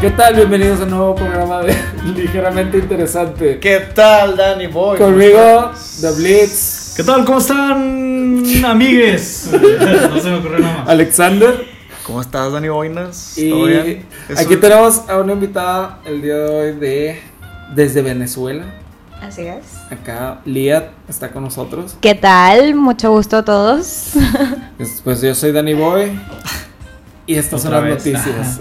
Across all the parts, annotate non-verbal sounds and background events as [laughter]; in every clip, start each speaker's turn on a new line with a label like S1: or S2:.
S1: ¿Qué tal? Bienvenidos a un nuevo programa de [laughs] Ligeramente Interesante.
S2: ¿Qué tal, Danny Boy?
S1: Conmigo, The Blitz,
S3: ¿Qué tal? ¿Cómo están, amigues? No se me ocurrió nada más.
S1: Alexander.
S2: ¿Cómo estás, Danny Boinas? ¿Todo
S1: Y
S2: bien? Es
S1: aquí
S2: un-
S1: tenemos a una invitada el día de hoy de desde Venezuela.
S4: Así es.
S1: Acá Liat está con nosotros.
S4: ¿Qué tal? Mucho gusto a todos.
S1: Es- Pues yo soy Danny Boy. Y estas son
S3: Otra
S1: las
S3: vez.
S1: noticias.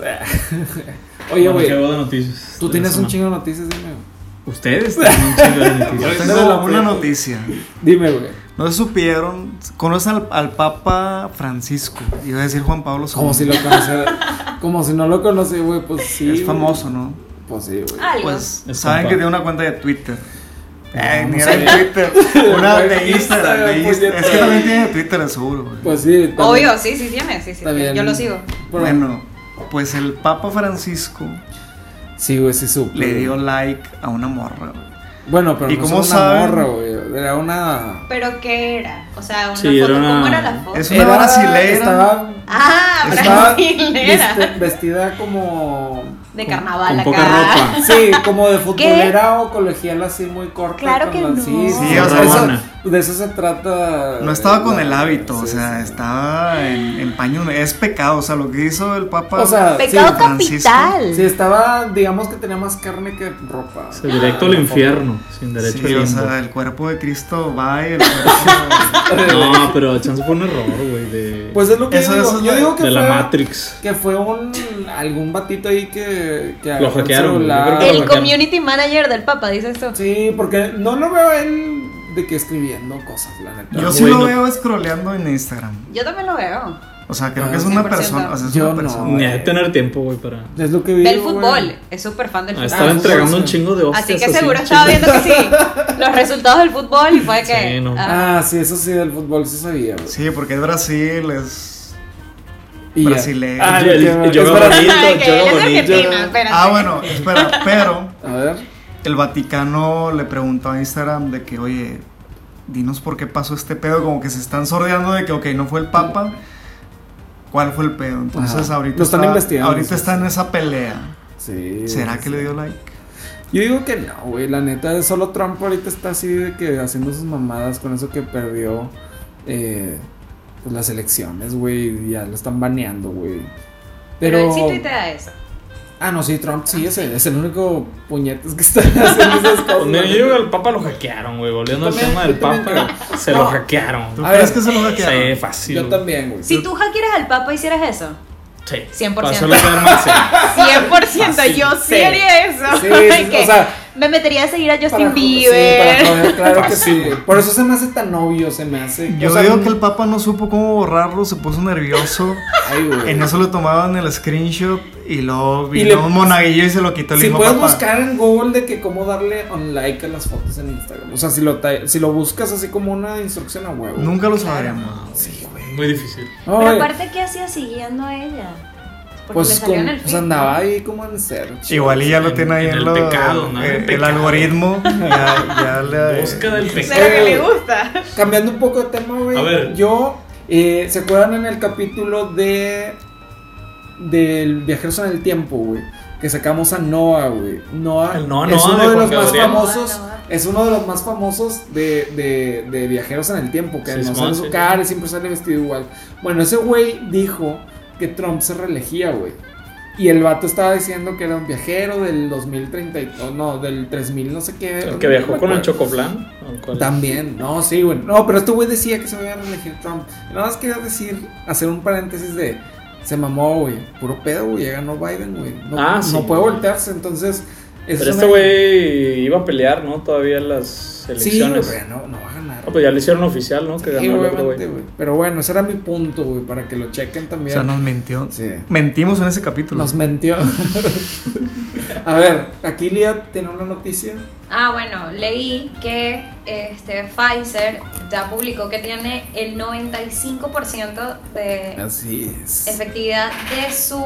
S1: [laughs] Oye,
S3: Bueno,
S1: güey.
S3: qué hubo de noticias.
S1: Tú
S3: de
S1: tienes
S3: la
S1: un
S3: semana.
S1: chingo de noticias, dime. güey.
S3: Ustedes tienen un chingo de noticias.
S1: [laughs] Yo
S2: Tengo
S1: tengo-
S2: una noticia.
S1: Dime, güey.
S2: No se supieron. Conocen al, al Papa Francisco. Iba a decir Juan Pablo II.
S1: Como si lo conociera. Como si no lo conoce, güey. Pues sí.
S2: Es
S1: güey.
S2: famoso, ¿no?
S1: Pues sí, güey.
S4: Algo.
S2: Pues
S3: Es
S2: saben
S3: compa.
S2: que tiene una cuenta de Twitter. Eh,
S1: no
S2: ni era de
S1: sabía. [laughs]
S2: Twitter. Una de Instagram. de
S1: Instagram,
S2: Insta- Es que
S1: puñetas.
S2: también tiene Twitter, seguro. güey.
S1: Pues sí. también-
S4: Obvio, sí, sí tiene, sí, sí.
S1: también-
S4: Yo lo sigo.
S1: Pero-
S2: Bueno, pues el Papa Francisco
S1: Sí, güey, sí supe.
S2: le
S1: güey.
S2: dio like a una morra. güey.
S1: Bueno, pero
S2: ¿Y
S1: no
S2: cómo
S1: era una
S2: saben?
S1: morra, güey. Era una.
S4: ¿Pero qué era? O sea, una
S3: Sí,
S4: foto.
S3: era una-
S4: ¿Cómo era la foto?
S2: Es una
S1: Era-
S2: brasilera.
S1: Estaba.
S4: Ah, [laughs]
S1: estaba
S4: brasilera.
S1: vesti- vestida como.
S4: De
S1: como-
S4: carnaval
S3: con
S4: acá.
S3: poca ropa.
S1: Sí, como de futbolera o colegial así muy corta.
S4: Claro
S1: con
S4: que
S1: la-
S4: no.
S1: Sí,
S4: Sí,
S1: sí,
S2: o sea,
S1: eso- de eso se trata.
S2: No estaba con el hábito,
S1: Sí,
S2: o sea,
S1: sí.
S2: estaba en, en paño. Es pecado, o sea, lo que hizo el Papa.
S1: O sea,
S4: Pecado
S2: Sí, Francisco.
S4: capital.
S1: Sí, estaba, digamos que tenía más carne que ropa.
S3: O sea, directo al infierno, sin derecho
S2: sí,
S3: al
S2: o
S3: limbo.
S2: sea, el cuerpo de Cristo va y el
S1: [laughs]
S2: cuerpo.
S3: No, pero chance fue un error, güey, de,
S1: Pues es lo que
S2: Eso-
S1: yo digo.
S2: eso es
S1: yo
S2: de-
S1: digo que
S3: de la
S1: fue-
S3: Matrix.
S1: Que fue un algún batito ahí que, que agarró el
S3: hackearon, güey. Yo creo que
S4: El
S3: Claro, claro.
S4: community manager del Papa, dices tú.
S1: Sí, porque no lo veo a él de que escribiendo cosas, la neta.
S2: Yo sí
S3: Güey,
S2: lo
S3: no-
S2: veo scrolleando en Instagram.
S4: Yo también lo veo.
S2: O sea, creo
S1: Ah,
S2: que es una
S4: 100%.
S2: persona. O sea, es
S1: Yo
S2: una
S1: no.
S2: persona.
S3: Ni hay que tener tiempo, güey, para...
S1: Es lo que vi.
S4: Ve el fútbol. Es súper fan del
S3: Ah,
S4: fútbol.
S3: estaba
S1: Ah,
S3: entregando
S1: sí.
S3: un chingo de hostias.
S4: Así que seguro
S3: un
S4: estaba
S3: chingo. [laughs]
S4: viendo que sí. Los resultados del fútbol y fue que.
S3: Sí, no.
S4: ah,
S1: Ah, sí, eso sí, del fútbol sí sabía. güey.
S2: Sí, porque es Brasil, es.
S1: Y ya.
S2: Brasileño.
S1: Ah,
S3: Ah, el-
S1: ya,
S3: el yoga
S1: espera.
S3: bonito,
S4: Ay, [laughs]
S3: el
S4: que él
S3: yoga
S4: es
S3: bonito.
S4: argentino, espérate.
S2: Ah, bueno, espera, pero
S1: A ver.
S2: el Vaticano le preguntó a Instagram de que, oye, dinos por qué pasó este pedo. Como que se están sordeando de que, ok, no fue el Papa. ¿Cuál fue el pedo? Entonces,
S1: Ajá.
S2: ahorita.
S1: Lo están
S2: está-
S1: investigando, sí,
S2: Ahorita está
S1: sí.
S2: en esa pelea.
S1: Sí.
S2: ¿Será
S1: sí.
S2: que le dio like?
S1: Yo digo que no, güey. La neta, solo Trump ahorita está así de que haciendo sus mamadas con eso que perdió eh, pues, las elecciones, güey. y Ya lo están baneando, güey.
S4: Pero él sí tuitea eso.
S1: Ah, no, sí, Trump sí, es el, es el único puñetes que está [laughs] haciendo esas cosas.
S3: Cuando yo llego al Papa lo hackearon, güey. Volviendo al
S1: Yo también-
S3: tema
S1: yo
S3: del
S1: también
S3: Papa, se
S1: No.
S3: lo hackearon.
S2: ¿Tú
S1: A
S2: crees
S1: ver,
S2: que se lo va a
S3: Sí,
S2: quedar?
S3: fácil.
S1: Yo
S3: güey.
S1: también, güey.
S4: Si tú hackearas al Papa, hicieras eso.
S3: Sí.
S4: 100%.
S3: Para hacerlo ver más, sí.
S4: [laughs] 100%,
S3: Fácil.
S4: yo sí,
S1: Sí.
S4: haría eso.
S1: [laughs]
S4: [laughs]
S1: Sí, sí,
S4: Que
S1: o sea,
S4: me metería a seguir a
S1: para
S4: Justin
S1: jo- sí,
S4: [laughs] Bieber.
S1: para joder, claro que sí. güey. Por eso se me hace tan obvio, se me hace.
S2: Yo
S1: o sea,
S2: digo que el Papa no supo cómo borrarlo, se
S1: [laughs]
S2: puso nervioso.
S1: Ay, güey.
S2: En eso lo tomaban el screenshot y luego
S1: Y
S2: vino
S1: le-
S2: un monaguillo y se lo quitó el
S1: Si
S2: hijo
S1: puedes
S2: papá.
S1: buscar en Google de que cómo darle un like a las fotos en Instagram. O sea, si lo, ta- si lo buscas así como una instrucción a huevo.
S2: Nunca lo sabremos.
S1: Sí, güey.
S3: Muy difícil.
S4: Pero
S1: Ay,
S4: aparte, ¿qué hacía siguiendo a ella? Porque le
S1: pues,
S4: salió
S1: con-
S4: en el
S1: pues
S4: feed,
S1: andaba
S4: ¿no?
S1: ahí como en search.
S2: Igual y ya lo
S3: En-
S2: tiene ahí
S3: en
S2: en,
S3: el
S2: lo-
S3: pecado, ¿no? En
S2: eh,
S3: el
S2: el,
S3: pecado. [laughs]
S2: algoritmo. Ya, ya le-
S3: Busca del
S4: Eso es lo
S3: pecado.
S4: que le gusta.
S1: Cambiando un poco de tema, güey.
S3: A ver.
S1: Yo, eh, ¿se acuerdan en el capítulo de. del Viajeros en el Tiempo, güey? Que sacamos a Noah, güey. Noah,
S3: El Noah,
S1: es
S3: Noah
S1: uno
S3: de
S1: de,
S3: Juan
S1: los más
S3: Gabriel.
S1: famosos.
S4: Noah, Noah.
S1: Es uno de los más famosos de, de- de Viajeros en el Tiempo, que
S3: Sí,
S1: no
S3: Simón,
S1: sale su
S3: sí.
S1: cara y siempre sale vestido igual. Bueno, ese güey dijo que Trump se reelegía, güey. Y el vato estaba diciendo que era un viajero del 2032, no, del 3000, no sé qué.
S3: El
S1: no
S3: que viajó
S1: me
S3: con el
S1: acuerdo.
S3: chocoflan. ¿o cuál?
S1: También, no, sí, bueno. No, pero este güey decía que se iba a reelegir Trump. Nada más quería decir, hacer un paréntesis de. Se mamó, güey. Puro pedo, güey. Ya ganó Biden, güey. No,
S3: Ah,
S1: no
S3: sí.
S1: puede voltearse, entonces. eso
S3: Pero
S1: es
S3: este
S1: una-
S3: güey iba a pelear, ¿no? Todavía en las
S1: Sí, güey,
S3: elecciones.
S1: pero no, no va a ganar.
S3: No, pues ya lo hicieron oficial, ¿no? Que ganó
S1: Sí,
S3: el otro
S1: obviamente,
S3: güey.
S1: güey. Pero bueno, ese era mi punto, güey. Para que lo chequen
S2: O
S1: también.
S2: sea, nos mintió.
S1: Sí.
S2: Mentimos en ese capítulo.
S1: Nos mentió. [laughs] a ver, aquí Lía tiene una noticia.
S4: Ah, bueno, leí que este, Pfizer ya publicó que tiene el 95% de
S1: Así es.
S4: efectividad de su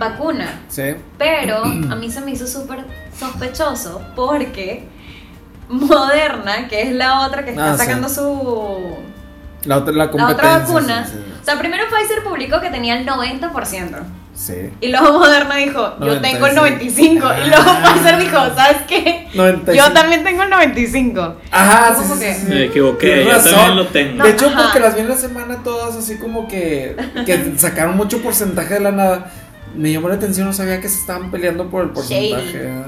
S4: vacuna.
S1: Sí.
S4: Pero a mí se me hizo súper sospechoso porque Moderna, que es la otra que
S1: Ah,
S4: está
S1: sí.
S4: sacando su...
S1: La otra, la
S4: La
S1: competencia.
S4: otra vacuna
S1: sí, sí.
S4: O sea, primero Pfizer publicó que tenía el 90%.
S1: Sí.
S4: Y luego Moderna dijo, yo
S1: 95.
S4: tengo el 95. Y luego
S1: Ah.
S4: Pfizer dijo, ¿sabes qué?
S1: 95.
S4: Yo también tengo el 95.
S1: Ajá, sí,
S4: ¿Cómo
S1: sí,
S4: que?
S1: sí, sí.
S5: Me equivoqué,
S1: Tienes
S5: yo
S1: razón.
S5: también lo tengo.
S1: De hecho,
S4: Ajá.
S1: porque las vi en la semana todas así como que, que sacaron mucho porcentaje de la nada. Me llamó la atención, no sabía que se estaban peleando por el porcentaje. Ah,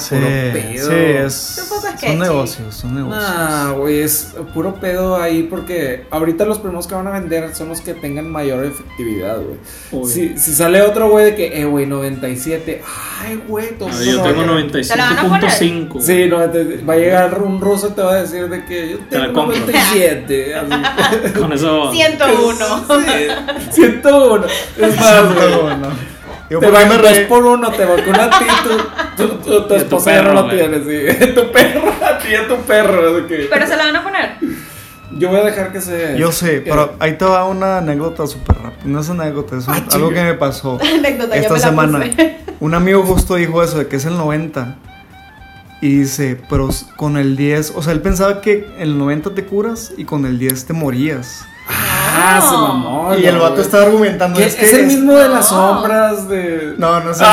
S2: Sí,
S1: puro pedo.
S2: sí, es,
S4: Un poco sketchy.
S2: son negocios, son negocios.
S1: Nah, güey, es puro pedo ahí porque ahorita los primeros que van a vender son los que tengan mayor efectividad, güey.
S5: Obvio.
S1: Si, si sale otro güey de que, eh, güey, 97. Ay, güey,
S5: A
S1: entonces
S5: ver, Ah, yo
S1: no
S5: tengo
S1: había-
S5: 95.5.
S1: Sí, 90, va a llegar un ruso y te va a decir de que yo
S5: Te la
S1: tengo
S5: compro.
S2: [laughs]
S1: 97. así.
S5: Con
S1: Ah.
S5: eso.
S4: 101.
S1: Sí, 101.
S2: [laughs]
S1: Es más, güey.
S2: Bueno, yo
S1: Te
S2: por qué me
S1: vacunas
S2: reí?
S1: por uno, te vacuna a ti, tu, tu, tu- tu
S5: Y a tu
S1: esposa ya no
S5: perro,
S1: la
S5: güey.
S1: tienes, sí. [laughs] Tu perro, a ti, a tu perro. así que-
S4: Pero se la van a
S1: [laughs]
S4: poner.
S1: Yo voy a dejar que se.
S2: Yo sé,
S1: que-
S2: pero ahí te va una anécdota súper rápida. No es anécdota, es un-
S1: Ah,
S2: algo
S1: chinga.
S2: que me pasó
S4: Anécdota, yo
S2: esta
S4: me la
S2: semana.
S4: puse.
S2: Un amigo justo dijo eso, de que es el 90. Y dice, pero s- con el 10, o sea, él pensaba que el 90 te curas y con el 10 te morías.
S1: [laughs] Ah, se mamó.
S2: y
S1: no,
S2: el vato
S1: güey.
S2: estaba argumentando,
S1: ¿Qué-
S2: es
S1: Es,
S2: que
S1: el
S2: es-
S1: mismo Ah, de las
S4: No.
S1: sombras de.
S2: No,
S1: [laughs]
S2: no sé.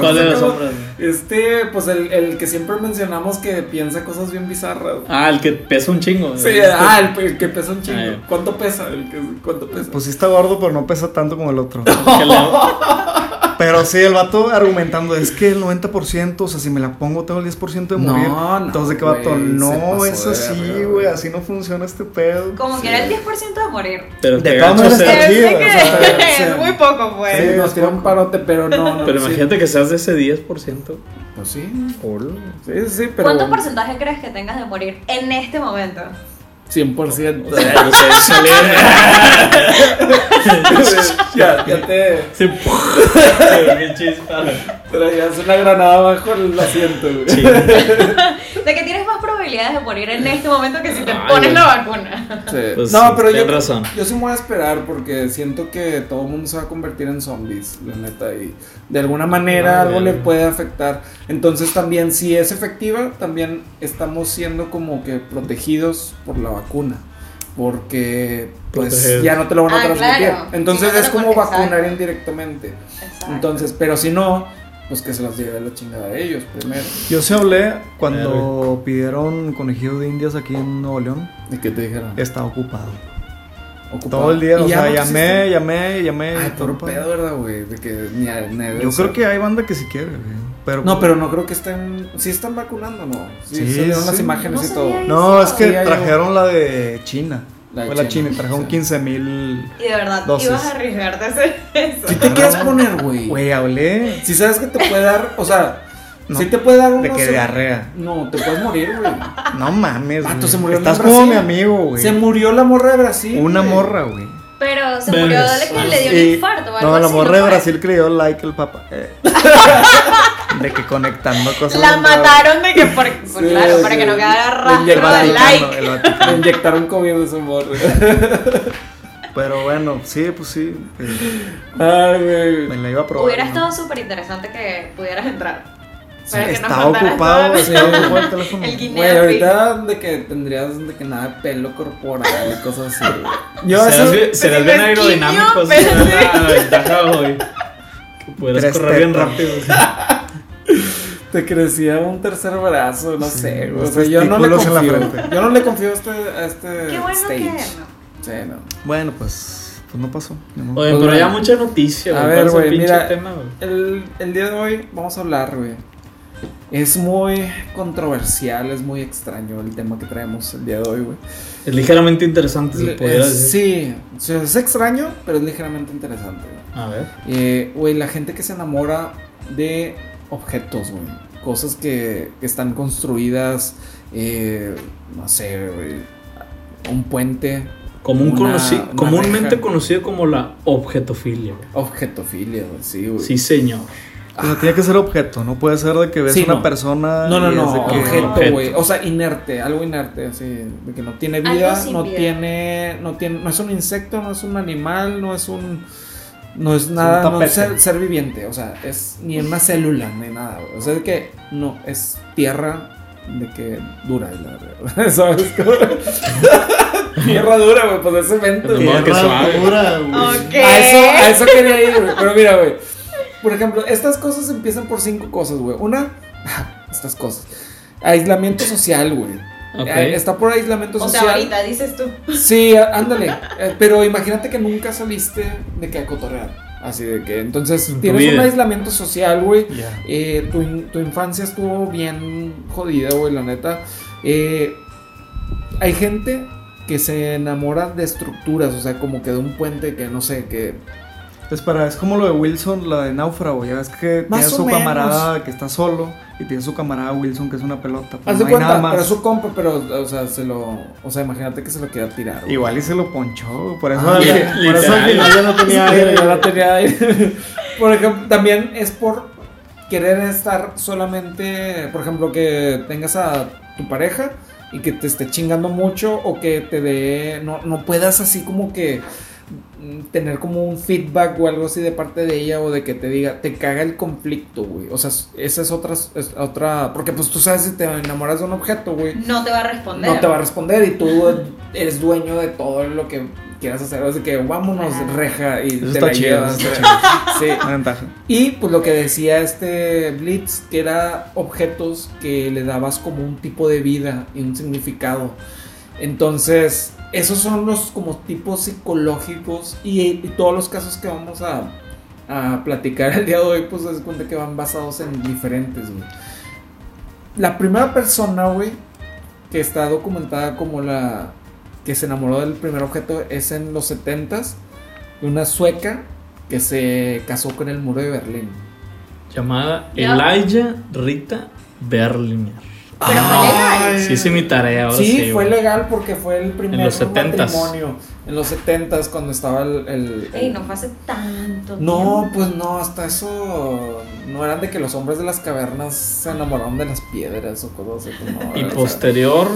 S5: ¿Cuál de las
S1: Como-
S5: sombras?
S1: Este, pues el, el que siempre mencionamos que piensa cosas bien bizarras.
S5: Ah, el que pesa un chingo.
S1: Sí, ah, el, el que pesa un chingo.
S5: Ah, ya.
S1: ¿Cuánto pesa? El que, ¿Cuánto pesa?
S2: Pues sí está gordo, pero no pesa tanto como el otro.
S5: Que la-
S2: Pero sí, el vato argumentando, es que el 90%, o sea, si me la pongo tengo el 10% de
S1: No,
S2: morir.
S1: no,
S2: Entonces, ¿de ¿qué vato?
S1: güey, se
S2: no,
S1: pasó
S2: es
S1: de
S2: así,
S1: verga,
S2: güey,
S1: güey.
S2: así no funciona este pedo.
S4: Como que era el 10% de morir.
S5: Pero
S2: De
S5: qué
S2: todas
S5: gacho
S2: maneras
S5: ser-
S2: está
S4: Pero
S2: chido,
S4: sé que
S2: o sea,
S1: sí.
S4: [laughs] es muy poco, pues.
S1: Sí,
S2: Sí,
S1: nos
S2: es
S1: tiró un
S2: poco.
S1: parote, pero
S5: [laughs]
S1: no. no
S5: Pero
S1: sí.
S5: imagínate que seas de ese 10%.
S1: Pues sí. Sí, sí, pero.
S4: ¿Cuánto porcentaje crees que tengas de morir en este momento?
S1: 100%.
S5: O sea, no sé, sale-
S1: ya, ya te
S5: Sí, qué chispa.
S1: traías una granada bajo el asiento, güey.
S5: Sí.
S4: De que tienes más probabilidades de morir en este momento que si te
S5: Ay,
S4: pones
S5: güey.
S4: la vacuna.
S1: Sí.
S5: Pues sí,
S1: no, pero yo,
S5: tienes razón.
S1: yo sí me voy a esperar porque siento que todo el mundo se va a convertir en zombies, la neta, y de alguna manera
S5: Madre
S1: algo le
S5: mía.
S1: puede afectar. Entonces también, si es efectiva, también estamos siendo como que protegidos por la vacuna, porque pues
S5: Proteger.
S1: ya no te lo van a
S4: Ah,
S1: transmitir.
S4: claro.
S1: Entonces
S4: Sí, no te
S1: es
S4: lo
S1: como
S4: pueden-
S1: vacunar
S4: exacto.
S1: indirectamente.
S4: Exacto.
S1: Entonces, pero si no, pues que se los lleve la chingada a ellos primero.
S2: Yo se hablé cuando pidieron conejillos de indias aquí en Nuevo León,
S1: ¿Y qué te dijeron?
S2: estaba ocupado.
S1: Ocupado.
S2: Todo el día,
S1: Y
S2: o
S1: ya
S2: sea,
S1: no
S2: llamé,
S1: existe.
S2: llamé, llamé.
S1: Ay,
S2: y todo
S1: por
S2: ocupado.
S1: pedo, ¿verdad, güey? De que ni a- ni a-
S2: Yo
S1: o sea,
S2: creo que hay banda que si quiere, güey, pero pues
S1: No, pero no creo que estén. Sí están vacunando, ¿no? Sí,
S2: Sí,
S1: salieron las
S2: sí.
S1: imágenes
S4: No
S1: y todo.
S4: sabía
S2: No, es que
S1: Sí, hay
S2: trajeron la de China.
S1: La de
S2: Fue la
S1: China,
S2: China, y trajeron
S1: sí.
S2: 15 mil.
S4: Y de verdad,
S2: Dosis.
S4: ibas a arriesgarte a hacer eso.
S1: Si te quieres poner, güey.
S2: Güey, hablé
S1: Si sabes que te puede dar, o sea,
S2: No.
S1: si te puede dar un.
S2: de que diarrea.
S1: No, te puedes morir, güey.
S2: No mames.
S1: Vato,
S2: güey.
S1: se murió en
S2: Estás
S1: Brasil.
S2: como mi amigo, güey.
S1: Se murió la morra de Brasil.
S2: Una
S1: güey.
S2: morra, güey.
S4: Pero se
S5: Ven.
S4: murió de que le dio un
S2: Y-
S4: infarto o algo
S2: No, la
S4: así,
S2: morra de
S4: fue?
S2: Brasil que le dio like al papá. Eh. de que conectando cosas. de-
S4: La mataron de que por, por-
S1: Sí,
S4: claro,
S1: sí.
S4: para que no quedara
S2: El
S4: rastro de
S2: Vaticano,
S4: like.
S2: el Vaticano.
S1: Le inyectaron COVID a esa morra.
S2: [laughs] Pero bueno, sí, pues sí. eh,
S1: Ay, güey.
S2: me la iba a probar.
S4: Hubiera
S2: ¿no?
S4: estado súper interesante que pudieras entrar.
S2: Sí,
S4: Para que nos
S2: Estaba
S4: contaras
S2: ocupado,
S4: todo.
S2: güey, estaba ocupado el teléfono.
S4: El guineo.
S1: Güey, ahorita de que tendrías de que nada de pelo corporal y cosas así.
S2: [laughs]
S1: güey. Yo a
S5: Serás
S1: veces-
S5: bien- Serás
S4: sí,
S5: bien
S4: me esquiño,
S5: aerodinámico. Esa
S4: pero
S5: es la ventaja, güey. Que puedes
S2: Tres
S5: correr bien
S2: tetas.
S5: rápido.
S1: Pues
S5: sí.
S1: Te crecía un tercer brazo, no
S2: Sí,
S1: sé. güey. O
S2: los
S1: sea, yo no le
S2: testículos en la
S1: confío.
S2: frente.
S1: Yo no le confío a este, a este
S4: Qué bueno
S1: stage.
S4: que
S1: Sí, no.
S2: Bueno, pues, pues no pasó. ni modo.
S5: Oye,
S1: Pues
S5: pero ya
S1: bueno.
S5: mucha noticia,
S1: A
S5: güey.
S1: ver,
S5: ¿Cuál es el
S1: güey,
S5: pinche
S1: mira.
S5: tema, güey?
S1: El, el día de hoy vamos a hablar, güey. Es muy controversial, es muy extraño el tema que traemos el día de hoy, güey.
S5: Es ligeramente interesante, se
S1: Eh,
S5: pudiera
S1: sí,
S5: decir.
S1: o sea, es extraño, pero es ligeramente interesante, güey.
S5: A ver.
S1: Eh, Güey, la gente que se enamora de objetos, güey. Cosas que, que están construidas, eh, no sé, güey, un puente,
S5: Común
S1: Una-
S5: conoci-
S1: una
S5: comúnmente
S1: reja.
S5: conocido como la objetofilia. güey.
S1: objetofilia, güey, sí, güey.
S5: Sí, señor.
S2: Pero tiene que ser objeto, no puede ser de que ves
S1: Sí,
S2: una
S1: no.
S2: persona.
S1: No, no,
S2: y es
S1: no,
S2: de que-
S1: objeto,
S5: Objeto.
S1: güey. O sea, inerte, algo inerte, así, de que no tiene
S4: Algo
S1: vida,
S4: sin
S1: no
S4: vida.
S1: tiene, no tiene, no es un insecto, no es un animal, no es un, no es nada, no es
S2: tapete.
S1: ser, ser viviente, o sea, es ni una célula, ni nada, güey. O sea, de que no, [laughs] es tierra de que dura, la verdad. ¿Sabes? Como- Tierra dura, güey, pues es cemento. güey.
S5: Nomás que suave.
S3: dura, güey.
S4: Ok.
S1: A eso, a eso quería ir, güey. Pero mira, güey. Por ejemplo, estas cosas empiezan por cinco cosas, güey. Una, [laughs] estas cosas. Aislamiento social, güey.
S5: Ok.
S1: Eh, Está por aislamiento
S4: O sea,
S1: social.
S4: ahorita dices tú.
S1: Sí, á- ándale. Eh, Pero imagínate que nunca saliste de que a cotorrear. Así de que, entonces,
S5: En tu
S1: tienes un
S5: vida.
S1: aislamiento social, güey.
S3: Ya.
S1: Eh, tu, in- tu infancia estuvo bien jodida, güey, la neta. Eh, hay gente que se enamora de estructuras, o sea, como que de un puente que no sé, que
S2: Es para, es como lo de Wilson, la de náufrago, ya ves que tiene
S1: Más o
S2: su
S1: menos.
S2: camarada que está solo y tiene su camarada Wilson que es una pelota. pues
S1: Haz
S2: no
S1: de
S2: hay
S1: cuenta,
S2: nada más.
S1: pero es su compa, pero, o sea, se lo. O sea, imagínate que se lo quiera tirar. güey.
S2: Igual y se lo ponchó, por eso,
S1: Ah,
S2: al-
S5: ya,
S2: por eso al
S5: literal.
S2: final ya no
S5: [laughs]
S2: tenía aire.
S1: [laughs] Sí, ya la tenía ahí.
S2: [laughs]
S1: Por ejemplo, también es por querer estar solamente. Por ejemplo, que tengas a tu pareja y que te esté chingando mucho o que te dé. No, no puedas así como que. mm, Tener como un feedback o algo así de parte de ella o de que te diga, te caga el conflicto, güey. O sea, esa es otra, es otra. Porque pues tú sabes si te enamoras de un objeto, güey.
S4: No te va a responder.
S1: No te va a responder y tú eres dueño de todo lo que quieras hacer. Así que vámonos,
S4: Ajá.
S1: reja, y
S2: Eso
S1: te
S2: está
S1: la
S2: chido,
S1: llevas.
S2: eso
S1: Sí.
S2: Una ventaja.
S1: Y pues lo que decía este Blitz, que era objetos que le dabas como un tipo de vida y un significado. Entonces, esos son los como tipos psicológicos y, y todos los casos que vamos a, a platicar el día de hoy, pues se cuenta que van basados en diferentes, güey. La primera persona, güey, que está documentada como la que se enamoró del primer objeto es en los 70s, de una sueca que se casó con el muro de Berlín.
S5: Llamada
S4: Ya.
S5: Elijah Rita Berliner.
S4: Pero fue legal.
S5: Sí, hice mi tarea ahora.
S1: Sí, fue
S5: güey.
S1: legal porque fue el primer
S5: los 70s.
S1: matrimonio en los 70s cuando estaba el... el-
S4: Ey,
S1: el-
S4: no fue hace tanto
S1: No,
S4: tiempo.
S1: pues no, hasta eso no eran de que los hombres de las cavernas se enamoraron de las piedras o cosas así. pues, no,
S5: Y
S1: o sea,
S5: posterior,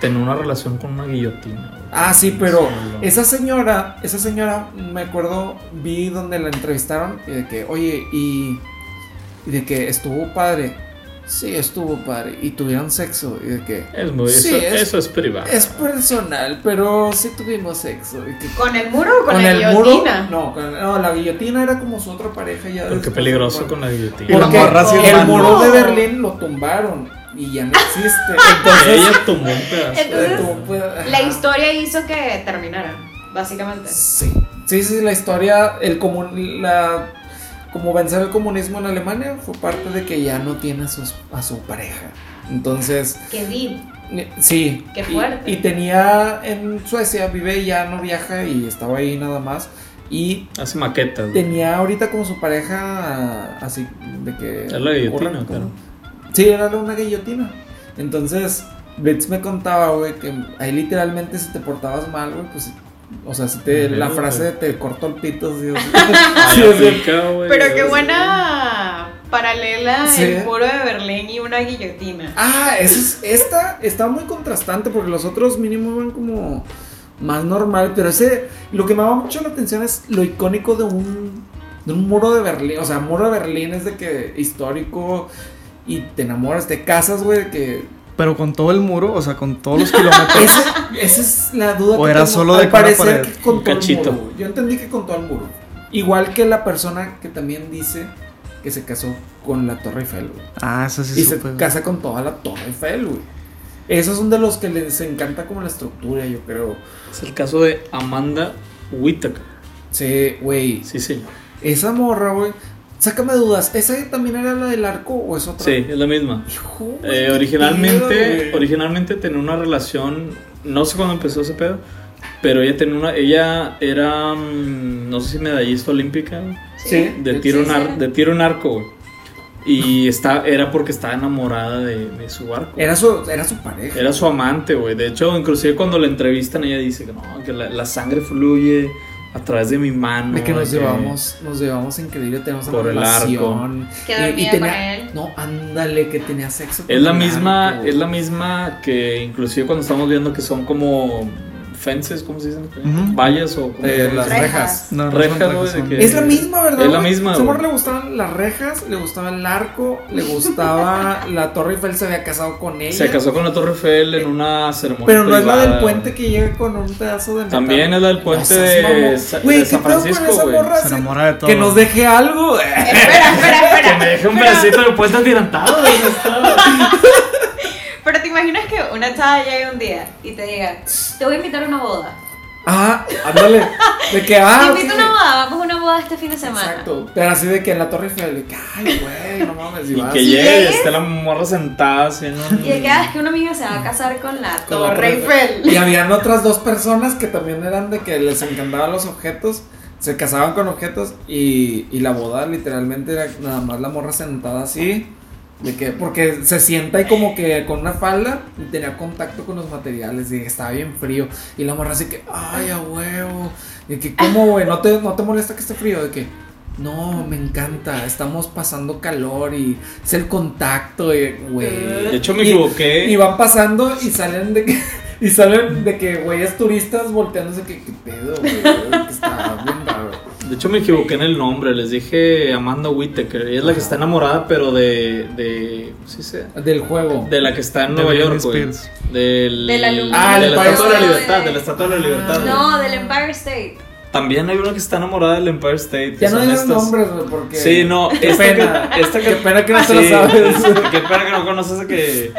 S5: tener una relación con una guillotina. güey.
S1: Ah, sí, pero
S5: no.
S1: esa señora, esa señora, me acuerdo, vi donde la entrevistaron y de que, oye, y, y de que estuvo padre. Sí, estuvo padre. Y tuvieron sexo. Y de que
S5: Es muy,
S1: Sí,
S5: eso,
S1: es-
S5: eso es privado.
S1: es personal, pero sí tuvimos sexo. Y que,
S4: ¿Con el muro o con, la guillotina?
S1: No, con- no, la guillotina era como su otra pareja ya.
S5: Porque
S1: después,
S5: peligroso
S1: bueno.
S5: con la guillotina.
S2: Y la
S1: Porque
S2: morra así de
S1: el
S2: mano.
S1: muro de
S4: No.
S1: Berlín lo tumbaron y ya no existe.
S5: Ella tomó un pedazo.
S4: Ah, Entonces,
S1: Tú puedes-
S4: La historia hizo que terminara, básicamente.
S1: Sí. Sí, sí, la historia, el comun, la, como vencer el comunismo en Alemania fue parte de que ya no tiene a, sus- a su pareja. Entonces,
S4: Que vi.
S1: eh, sí.
S4: Qué
S1: Y-
S4: fuerte.
S1: Y, tenía en Suecia, vive y ya no viaja y estaba ahí nada más. Y
S5: Hace maquetas. güey.
S1: tenía ahorita como su pareja así de que...
S5: Es la guillotina,
S1: Orra-
S5: claro.
S1: Sí, era una guillotina. Entonces, Blitz me contaba, güey, que ahí literalmente si te portabas mal, güey, pues... O sea, si te, la
S5: Mierda.
S1: frase de te cortó el pito, sí, o sea,
S5: Ah,
S1: sí,
S5: la
S1: o sea,
S5: pica, güey.
S4: Pero qué
S5: Sí.
S4: buena paralela
S1: Sí.
S4: el muro de Berlín y una guillotina.
S1: Ah, eso es- esta está muy contrastante porque los otros mínimo van como más normal, pero ese lo que me llama mucho la atención es lo icónico de un de un muro de Berlín, o sea, muro de Berlín es de que histórico y te enamoras, te casas, güey, de que
S2: Pero con todo el muro, o sea, con todos
S1: [laughs]
S2: los kilómetros.
S1: ese- esa es la duda.
S2: O
S1: que
S2: era
S1: tengo.
S2: solo de
S1: Al
S2: cara a
S1: parecer
S2: pared.
S1: que con
S5: Un
S1: todo el
S5: cachito.
S1: muro, güey. Yo entendí que con todo el muro. Igual que la persona que también dice que se casó con la Torre Eiffel, güey.
S2: ah, eso sí
S1: Y se
S2: supe, güey.
S1: casa con toda la Torre Eiffel, güey. Esos son de los que les encanta como la estructura, yo creo.
S5: Es el caso de Amanda Whittaker.
S1: Sí, güey.
S5: Sí, señor.
S1: Esa morra, güey. Sácame dudas. ¿Esa también era la del arco o es otra?
S5: Sí, es la misma.
S1: Hijo,
S5: Eh,
S1: qué pedo,
S5: originalmente,
S1: Pues, güey.
S5: originalmente tenía una relación, no sé cuándo empezó ese pedo, pero ella tenía una, ella era, mm, no sé si medallista olímpica
S1: Sí.
S5: de tiro, en
S4: Sí,
S5: ar-
S4: sí.
S5: de tiro en arco, güey. Y está, era porque estaba enamorada de, de su arco.
S1: Era su, era su pareja.
S5: Era su amante, güey. De hecho, inclusive cuando la entrevistan, ella dice que no, que la, la sangre fluye a través de mi mano.
S1: De que nos
S5: de
S1: llevamos, nos llevamos increíble, tenemos una
S5: Por el arco.
S1: relación.
S4: Que
S1: Y- y
S4: dormía
S1: tenía-
S4: con él.
S1: No, ándale, que tenía sexo.
S5: Es la
S1: con el
S5: misma,
S1: arco.
S5: es la misma que inclusive cuando estamos viendo que son como fences, ¿cómo se dicen?
S2: Ujú.
S5: Vallas o como-
S1: Eh, las
S4: Rejas.
S1: rejas.
S2: No, no
S5: Rejas,
S2: son
S5: güey,
S2: rejas,
S5: de
S2: son-
S5: que-
S1: Es la misma, ¿verdad?
S5: Es la
S1: güey?
S5: misma,
S1: Su morra
S5: güey.
S1: le gustaban las rejas, le gustaba el arco, le
S5: [laughs]
S1: gustaba la Torre Eiffel, se había casado con ella.
S5: Se casó con la Torre Eiffel en una ceremonia.
S1: Pero no es la del
S5: privada.
S1: puente que llega con un pedazo de metal.
S5: También es la del puente
S1: No seas
S5: de
S1: mamón.
S5: Sa- de
S1: Güey, ¿qué
S5: San
S1: pedo con
S5: Francisco,
S1: esa
S5: güey?
S1: morra?
S2: Se enamora de todo.
S1: Que nos deje algo.
S4: Espera, espera, espera.
S3: Que me deje un
S4: Pero-
S3: pedacito de puente atirantado. güey, no está.
S4: Pero te imaginas que una chava llegue un día y te diga, te voy a invitar a una boda.
S1: Ah, ándale. De que, ah.
S4: [laughs] te
S1: ok.
S4: invito a una boda, vamos a una boda este fin de semana.
S1: Exacto. Pero así de que en la Torre Eiffel, de que, ay, güey, no mames. y
S5: Y
S1: vas.
S5: que
S4: ¿Y
S5: llegue y
S4: llegues?
S5: esté la morra sentada así en un-
S4: Y de que, ah, es que una amiga se va a casar con la
S1: Con la [laughs]
S4: Torre
S1: Y
S4: Eiffel.
S1: habían otras dos personas que también eran de que les encantaban los objetos, se casaban con objetos y, y la boda literalmente era nada más la morra sentada así, de que porque se sienta y como que con una falda y tenía contacto con los materiales y estaba bien frío y la morra así que, ay, a huevo, de que, ¿cómo, güey? ¿No te, ¿No te molesta que esté frío? De que, no, me encanta, estamos pasando calor y es el contacto, y, güey.
S5: De hecho me
S1: Y-
S5: equivoqué.
S1: y van pasando y salen de que. [laughs] Y salen de que güeyes turistas volteándose que qué pedo, güey. Que está bien raro.
S5: De hecho me equivoqué en el nombre, les dije Amanda Whittaker, ella es la que está enamorada pero de... de ¿cómo se dice?
S1: Del juego.
S5: De la que está en
S2: De
S5: Nueva
S2: Britney
S5: York, güey.
S2: Spears.
S5: Del-
S4: De la
S1: Ah,
S5: de
S1: el
S5: la Estatua de la
S4: Empire
S5: Libertad,
S4: State.
S5: de la Estatua de la Libertad. güey.
S4: No, del Empire State.
S5: También hay una que está enamorada del Empire State. que
S1: ya no
S5: son
S1: digas
S5: estas-
S1: nombres, güey, porque.
S5: Sí, no,
S1: Qué
S5: esta
S1: pena.
S5: que- esta que-
S1: Qué pena que no se
S5: Sí,
S1: lo sabes.
S5: [laughs] Qué pena que no conoces a que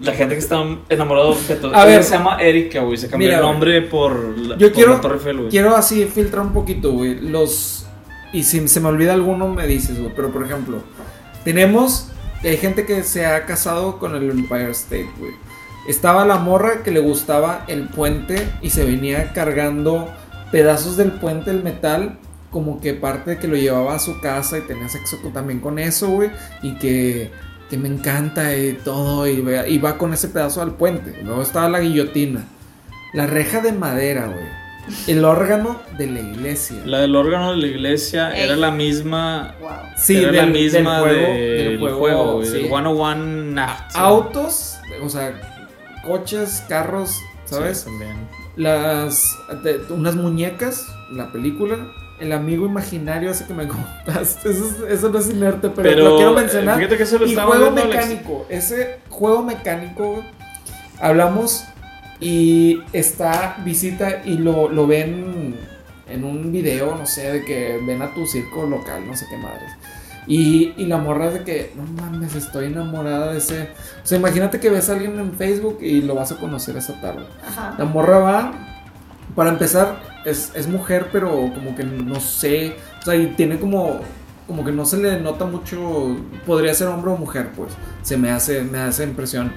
S5: la gente que está enamorada de objetos.
S1: A
S5: A
S1: ver.
S5: ver, se llama Erika, güey. Se cambió
S1: Mira,
S5: el
S1: güey.
S5: nombre por la,
S1: Yo
S5: por
S1: quiero-
S5: la Torre Eiffel, güey.
S1: Quiero así filtrar un poquito, güey. Los. Y si se me olvida alguno, me dices, güey. Pero por ejemplo, tenemos. Hay gente que se ha casado con el Empire State, güey. Estaba la morra que le gustaba el puente y se venía cargando pedazos del puente, el metal, como que parte que lo llevaba a su casa y tenía sexo co- también con eso, güey. Y que, que me encanta y todo. Y, vea- y va con ese pedazo al puente. Luego estaba la guillotina. La reja de madera, güey. El órgano de la iglesia.
S5: La del órgano de la iglesia
S4: Ey.
S5: era la misma.
S4: Wow.
S1: sí,
S5: era la
S1: del- del
S5: misma
S1: juego.
S5: del
S1: del juego,
S5: juego, güey.
S1: sí.
S5: Del 101 Nacht.
S1: Autos, o sea, coches, carros, ¿sabes?
S5: ¿sabes? también.
S1: las te- unas muñecas, la película, el amigo imaginario ese que me [laughs] contaste, eso, es- eso no es inerte, pero,
S5: Pero,
S1: lo quiero
S5: eh,
S1: mencionar.
S5: Fíjate que eso lo
S1: Y
S5: estaba
S1: juego
S5: hablando, Alex.
S1: mecánico, ese juego mecánico, güey, hablamos y está visita y lo, lo ven en un video, no sé, de que ven a tu circo local, no sé qué madres. Y, y la morra es de que, no mames, estoy enamorada de ese... O sea, imagínate que ves a alguien en Facebook y lo vas a conocer esa tarde.
S4: Ajá.
S1: La morra va, para empezar, es, es mujer, pero como que no sé, o sea, y tiene como, como que no se le nota mucho, podría ser hombre o mujer, pues, se me hace, me hace impresión.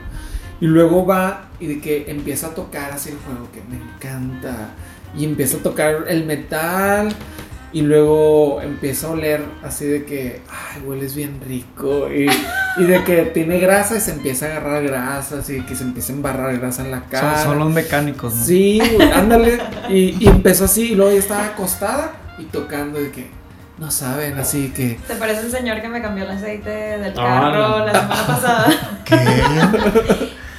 S1: Y luego va y de que empieza a tocar así el juego, que me encanta, y empieza a tocar el metal. Y luego empieza a oler así de que, ay, hueles bien rico. Y, y de que tiene grasa y se empieza a agarrar grasa, así que se empieza a embarrar grasa en la cara.
S2: Son, son los
S5: Pues,
S2: mecánicos, ¿no?
S1: Sí, güey, ándale. Y, y empezó así, y luego ya estaba acostada y tocando de que no saben, así que.
S4: ¿Te parece el señor que me cambió el aceite del
S5: Ah,
S4: carro
S5: no.
S1: [laughs]
S4: la semana pasada?
S2: ¿Qué?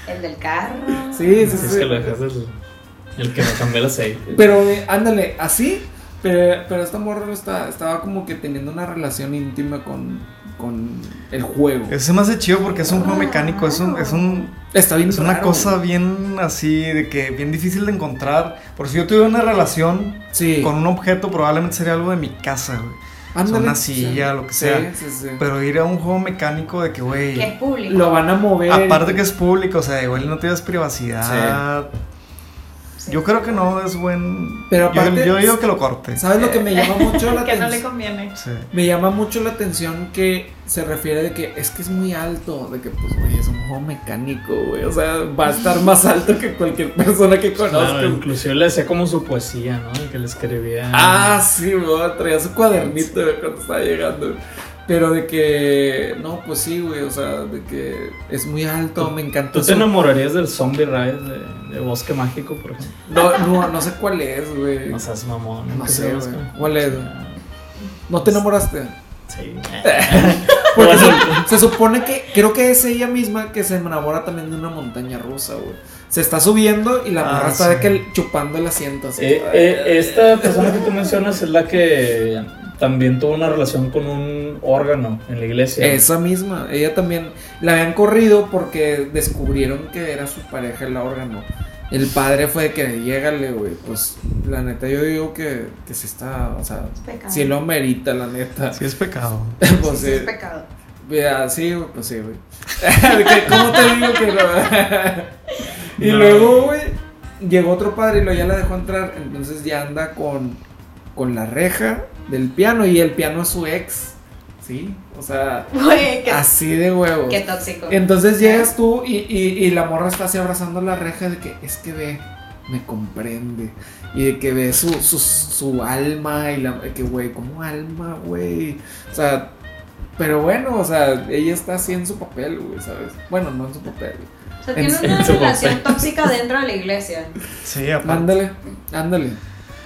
S4: El del carro.
S1: Sí, sí,
S5: Si
S1: sí.
S5: es que lo dejas el, el que me cambió el aceite.
S1: Pero eh, ándale, así. Pero, pero esta morra está, estaba como que teniendo una relación íntima con, con el juego.
S2: [laughs] Ese me hace chido porque es un juego mecánico, es un, es un
S1: Está bien
S2: Es una
S1: raro,
S2: cosa
S1: güey.
S2: bien así, de que bien difícil de encontrar. Por si yo tuviera una relación
S1: Sí.
S2: con un objeto, probablemente sería algo de mi casa, güey.
S1: ándale.
S2: una silla, lo que
S1: Sí,
S2: sea.
S1: sí, sí.
S2: Pero ir a un juego mecánico de que,
S4: Que es
S2: güey,
S4: público.
S1: Lo van a mover.
S2: aparte que es público, o sea, igual no tienes privacidad.
S4: Sí.
S2: Yo creo que no es buen.
S1: Pero
S2: yo-
S1: aparte-
S2: yo, digo que lo corte.
S1: ¿Sabes lo que me llama mucho la
S4: [laughs] que no
S1: atención?
S4: le conviene.
S2: Sí.
S1: Me llama mucho la atención que se refiere de que es que es muy alto, de que pues güey, es un juego mecánico, güey, o sea, va a estar más alto que cualquier persona que conozca.
S5: Claro, inclusive le hacía como su poesía, ¿no? El que le escribía.
S1: Ah, sí, güey, traía su cuadernito güey, cuando estaba llegando. Pero de que no, pues sí, güey, o sea, de que es muy alto, me encantó.
S5: ¿Tú te
S1: su-
S5: enamorarías del Zombie Ride de, de Bosque Mágico, por ejemplo?
S1: No, no, no sé cuál es, güey.
S5: No seas mamón.
S1: No
S5: que
S1: sé,
S5: sea
S1: güey.
S5: Bosque.
S1: ¿Cuál es, güey? ¿No te enamoraste?
S5: Sí.
S1: [laughs] Porque se, se supone que creo que es ella misma que se enamora también de una montaña rusa, güey. se está subiendo y la
S2: Ah,
S1: morra está
S2: sí.
S1: de que chupando el asiento. así.
S5: Eh, eh, esta persona que tú mencionas es la que también tuvo una relación con un órgano en la iglesia.
S1: Esa misma, ella también la habían corrido porque descubrieron que era su pareja el órgano. El padre fue de que llégale, güey. Pues la neta, yo digo que, que sí está, o sea,
S4: pecado.
S1: sí lo merita, la neta.
S2: Sí,
S1: [laughs]
S2: es pecado.
S4: Sí,
S1: pues
S4: sí, es
S1: sí.
S4: pecado.
S1: Ya, sí, güey, pues sí, güey. [laughs] Que, ¿Cómo te digo que no? [laughs] y
S3: No.
S1: luego, güey, llegó otro padre y lo ya la dejó entrar. Entonces ya anda con, con la reja del piano y el piano es su ex. Sí, o sea,
S4: Güey, qué,
S1: así de huevos.
S4: qué tóxico.
S1: Entonces llegas tú y, y- y la morra está así abrazando la reja de que es que ve, me comprende. Y de que ve su, su, su alma y la que güey, como alma, güey. O sea, pero bueno, o sea, ella está así en su papel, güey, ¿sabes? Bueno, no en su papel.
S4: O sea, tiene
S1: en-
S4: una
S5: en su
S4: relación
S5: papel.
S4: tóxica dentro de la iglesia.
S2: Sí, aparte.
S1: Ándale, ándale.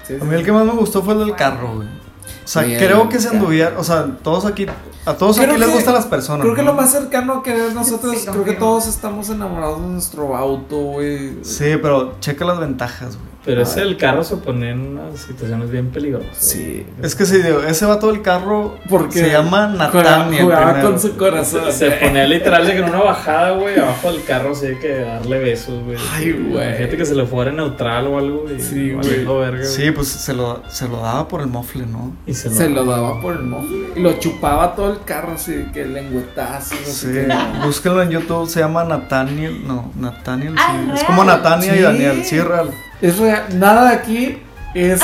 S1: Sí,
S2: A mí el que más me gustó fue el del carro, güey. O sea,
S1: Oye,
S2: creo
S1: el
S2: que se
S1: carro.
S2: anduvieron, o sea, todos aquí, a todos
S1: Creo
S2: aquí les
S1: que-
S2: gustan las personas.
S1: Creo que
S2: ¿no?
S1: lo más cercano que es nosotros,
S4: Sí,
S1: creo que
S4: confirmo.
S1: todos estamos enamorados de nuestro auto, güey.
S2: Sí, pero checa las ventajas, güey.
S5: Pero ese del carro se pone en unas situaciones bien peligrosas.
S1: Ah. Sí.
S2: Es que sí, digo, ese vato del carro
S1: Porque
S2: se llama
S1: jugaba,
S2: Natania.
S1: jugaba
S2: primero.
S1: con su corazón.
S5: Se, se ponía literal de que en una bajada, güey, abajo del carro, así de que darle besos, güey.
S1: Ay, güey.
S5: Gente que se le fuera neutral o algo, güey.
S1: Sí, güey.
S5: valiendo verga,
S2: Sí, pues se lo, se lo daba por el mofle, ¿no?
S5: Y se,
S1: Se
S5: lo...
S1: lo daba por el mofle. Y lo chupaba todo el carro así, que lengüetazo.
S2: Sí,
S1: así que-
S2: búsquenlo en YouTube, se llama Nathaniel, no, Nathaniel,
S4: Ah,
S2: sí.
S4: ¿es
S2: es como
S4: real?
S2: Natania
S1: Sí.
S2: y Daniel, sí, real.
S1: Es real. Nada de aquí
S4: [laughs]
S1: es,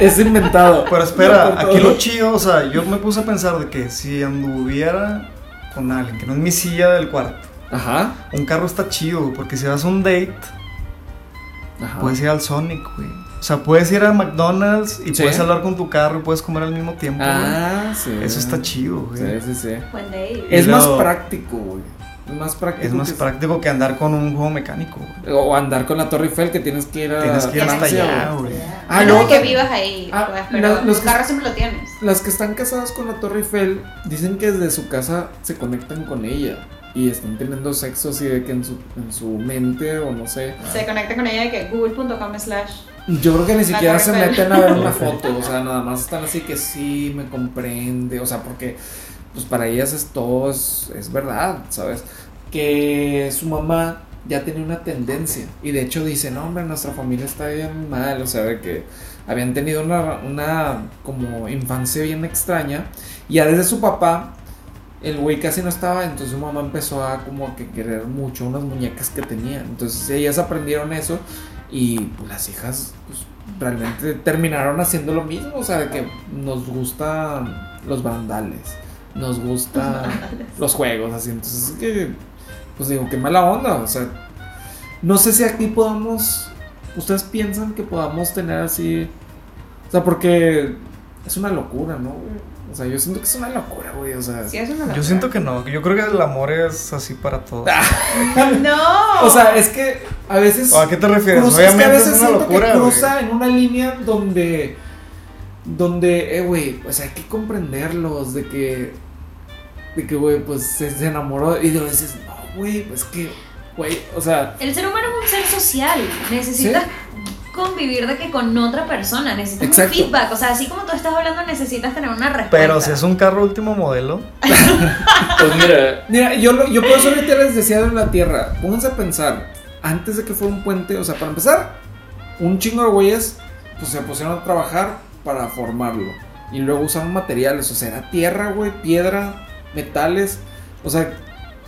S1: es inventado.
S2: Pero
S1: No,
S2: espera,
S1: por
S2: aquí
S1: todo.
S2: lo chido, o sea, yo me puse a pensar de que si anduviera con alguien, que no es mi silla del cuarto,
S1: Ajá.
S2: un carro está chido, güey, porque si vas a un date,
S1: ajá.
S2: puedes ir al Sonic, güey. O sea, puedes ir a McDonald's y
S1: Sí.
S2: puedes hablar con tu carro y puedes comer al mismo tiempo,
S1: ah, sí.
S2: güey. Eso está chido, güey.
S1: Sí, sí, sí.
S4: Buen day.
S1: Es
S2: Y luego-
S1: más práctico, güey. Es más práctico.
S2: Es más
S1: que-
S2: práctico que andar con un juego mecánico, güey.
S1: O andar con la Torre Eiffel que tienes que ir a.
S2: Tienes que ir hasta
S1: Francia,
S2: allá,
S1: güey.
S2: güey.
S1: Ah,
S4: Ah,
S1: no,
S4: no, que
S1: que-
S4: vivas ahí,
S1: ah,
S4: pues, pero
S1: no, los
S4: tu
S1: que-
S4: carro siempre lo tienes.
S1: Las que están casadas con la Torre Eiffel dicen que desde su casa se conectan con ella y están teniendo sexo así de que en su, en su mente o no sé.
S4: Se conecta con ella de que google.com
S1: [laughs]
S4: slash.
S1: Yo creo que ni siquiera
S4: Torre
S1: se
S4: Eiffel.
S1: meten a ver una
S5: Sí.
S1: foto, o sea, nada más están así que sí, me comprende, o sea, porque pues para ellas es todo, es, es verdad, ¿sabes? Que su mamá ya tenía una tendencia y de hecho dice, no, hombre, nuestra familia está bien mal, o sea, de que habían tenido una, una como infancia bien extraña y ya desde su papá el güey casi no estaba, entonces su mamá empezó a como que querer mucho unas muñecas que tenía. Entonces ellas aprendieron eso y pues, las hijas pues, realmente terminaron haciendo lo mismo. O sea, de que nos gustan los vandales, nos gustan los juegos, así. Entonces es que, pues digo, qué mala onda. O sea, no sé si aquí podamos, ustedes piensan que podamos tener así, o sea, porque es una locura, ¿no? O sea, yo siento que es una locura, güey. O sea,
S4: Sí, eso es una
S2: Yo siento que no, yo creo que el amor es así para todos.
S1: Ah,
S4: No.
S1: O sea, es que a veces.
S2: ¿O ¿A qué te refieres?
S1: cruza- Pues es que a
S2: Obviamente es,
S1: veces
S2: una
S1: siento
S2: locura.
S1: que
S2: güey.
S1: cruza en una línea donde. Donde, eh, güey, pues hay que comprenderlos. De que. De que, güey, pues se, se enamoró. Y de veces, no, güey, pues que. Güey, o sea.
S4: El ser humano es un ser social. Necesitas convivir de que con otra persona. Necesitas
S1: Exacto.
S4: un feedback. O sea, así como tú estás hablando, necesitas tener una respuesta.
S2: Pero si es un carro último modelo,
S5: Pues mira,
S1: Mira, yo, lo- yo por eso ahorita les decía de la tierra. Pónganse a pensar. Antes de que fuera un puente, o sea, para empezar, un chingo de güeyes pues, se pusieron a trabajar para formarlo. Y luego usaron materiales, o sea, era tierra, güey, piedra, metales. O sea,